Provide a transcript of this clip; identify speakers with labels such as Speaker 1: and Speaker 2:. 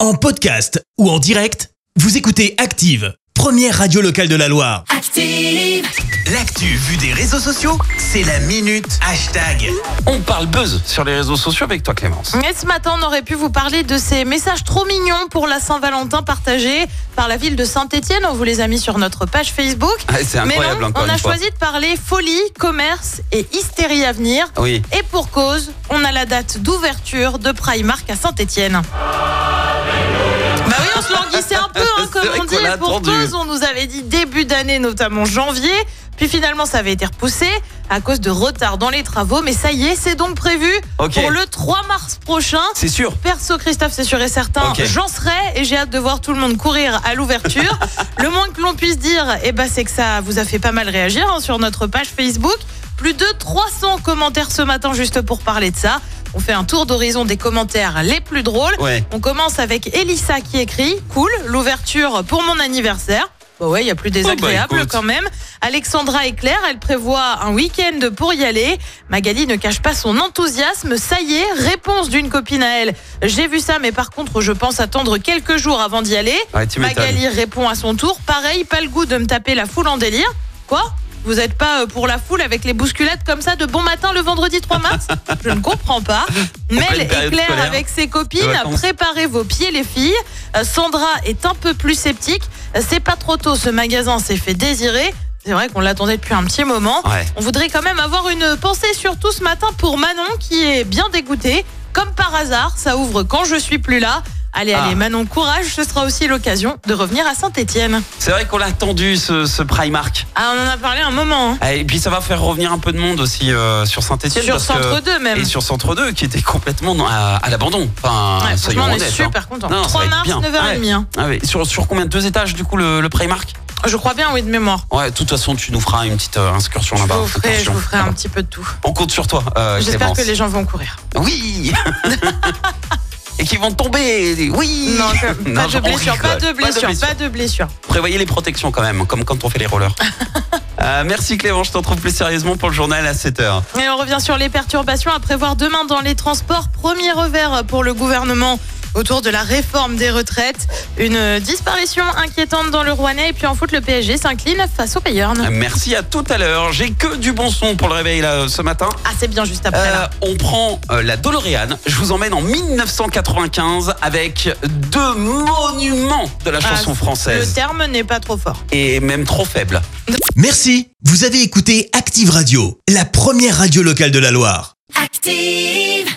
Speaker 1: En podcast ou en direct, vous écoutez Active, première radio locale de la Loire.
Speaker 2: Active,
Speaker 3: L'actu vue des réseaux sociaux, c'est la minute hashtag.
Speaker 4: On parle buzz sur les réseaux sociaux avec toi Clémence.
Speaker 5: Et ce matin, on aurait pu vous parler de ces messages trop mignons pour la Saint-Valentin partagés par la ville de Saint-Étienne. On vous les a mis sur notre page Facebook.
Speaker 4: Ah, c'est
Speaker 5: Mais
Speaker 4: incroyable
Speaker 5: non,
Speaker 4: encore
Speaker 5: on a
Speaker 4: une fois.
Speaker 5: choisi de parler folie, commerce et hystérie à venir.
Speaker 4: Oui.
Speaker 5: Et pour cause, on a la date d'ouverture de Primark à Saint-Étienne. Bah oui, on se languissait un peu, hein,
Speaker 4: C'est
Speaker 5: comme
Speaker 4: vrai
Speaker 5: on dit.
Speaker 4: qu'on l'a
Speaker 5: Et Pour
Speaker 4: attendu.
Speaker 5: cause, on nous avait dit début d'année, notamment janvier. Puis finalement, ça avait été repoussé à cause de retard dans les travaux. Mais ça y est, c'est donc prévu
Speaker 4: Ok.
Speaker 5: pour le 3 mars prochain.
Speaker 4: C'est sûr.
Speaker 5: Perso, Christophe, c'est sûr et certain,
Speaker 4: Ok.
Speaker 5: j'en serai et j'ai hâte de voir tout le monde courir à l'ouverture. le moins que l'on puisse dire, eh ben, c'est que ça vous a fait pas mal réagir hein, sur notre page Facebook. Plus de 300 commentaires ce matin juste pour parler de ça. On fait un tour d'horizon des commentaires les plus drôles.
Speaker 4: Ouais.
Speaker 5: On commence avec Elissa qui écrit Cool, l'ouverture pour mon anniversaire. Bah ouais, il y a plus désagréable
Speaker 4: Ah écoute.
Speaker 5: quand même. Alexandra et Claire, elle prévoit un week-end pour y aller. Magali ne cache pas son enthousiasme. Ça y est, réponse d'une copine à elle. J'ai vu ça, mais par contre, je pense attendre quelques jours avant d'y aller.
Speaker 4: Ouais, tu m'étonnes.
Speaker 5: Magali répond à son tour. Pareil, pas le goût de me taper la foule en délire. Quoi Vous n'êtes pas euh, pour la foule avec les bousculades comme ça de bon matin le vendredi 3 mars Je ne comprends pas.
Speaker 4: pleine
Speaker 5: Mel et
Speaker 4: période
Speaker 5: Claire
Speaker 4: scolaire.
Speaker 5: avec ses
Speaker 4: De
Speaker 5: copines,
Speaker 4: vacances.
Speaker 5: préparez vos pieds les filles. Euh, Sandra est un peu plus sceptique. Euh, C'est pas trop tôt, ce magasin s'est fait désirer. C'est vrai qu'on l'attendait depuis un petit moment.
Speaker 4: Ouais.
Speaker 5: On voudrait quand même avoir une pensée surtout ce matin pour Manon qui est bien dégoûtée. Comme par hasard, ça ouvre quand je suis plus là. Allez,
Speaker 4: Ah.
Speaker 5: allez, Manon, courage, ce sera aussi l'occasion de revenir à Saint-Étienne.
Speaker 4: C'est vrai qu'on l'a attendu ce, ce Primark.
Speaker 5: Ah, on en a parlé un moment, hein.
Speaker 4: Ah, Et puis ça va faire revenir un peu de monde aussi euh, sur Saint-Etienne.
Speaker 5: sur Centre-deux même.
Speaker 4: Et sur Centre 2 qui était complètement dans- à, à l'abandon. Enfin,
Speaker 5: Ouais,
Speaker 4: soyons
Speaker 5: franchement, on est
Speaker 4: honnêtes, hein.
Speaker 5: super contents.
Speaker 4: Non, ça
Speaker 5: 3
Speaker 4: va être
Speaker 5: mars,
Speaker 4: bien.
Speaker 5: 9h30. hein.
Speaker 4: Ah oui. sur, sur combien Deux étages du coup le, le Primark
Speaker 5: Je crois bien, oui, de mémoire.
Speaker 4: Ouais, de toute façon tu nous feras une petite euh, excursion
Speaker 5: Je
Speaker 4: là-bas.
Speaker 5: vous, ferai, je
Speaker 4: Attention.
Speaker 5: vous ferai un petit peu de tout.
Speaker 4: On compte sur toi. euh,
Speaker 5: J'espère
Speaker 4: Clémence.
Speaker 5: que les gens vont courir.
Speaker 4: Oui Et qui vont tomber Oui
Speaker 5: Non, que-
Speaker 4: Non,
Speaker 5: pas,
Speaker 4: je-
Speaker 5: de
Speaker 4: on
Speaker 5: blessure,
Speaker 4: rigole.
Speaker 5: pas de blessure, pas de blessure.
Speaker 4: Prévoyez les protections quand même, comme quand on fait les rollers. Euh, merci Clément, je t'en trouve plus sérieusement pour le journal à 7h.
Speaker 5: Et on revient sur les perturbations à prévoir demain dans les transports. Premier revers pour le gouvernement autour de la réforme des retraites. Une disparition inquiétante dans le Rouennais. Et puis en foot, le PSG s'incline face au
Speaker 4: Ah.
Speaker 5: Bayern.
Speaker 4: Euh, Merci à tout à l'heure. J'ai que du bon son pour le réveil là, ce matin.
Speaker 5: Ah, c'est bien juste après.
Speaker 4: Euh,
Speaker 5: là.
Speaker 4: on prend euh, la DeLorean. Je vous emmène en 1995 avec deux monuments de la chanson
Speaker 5: Ah, Le
Speaker 4: française.
Speaker 5: terme n'est pas trop fort.
Speaker 4: Et même trop faible.
Speaker 1: Merci, vous avez écouté Active Radio, la première radio locale de la Loire.
Speaker 2: active.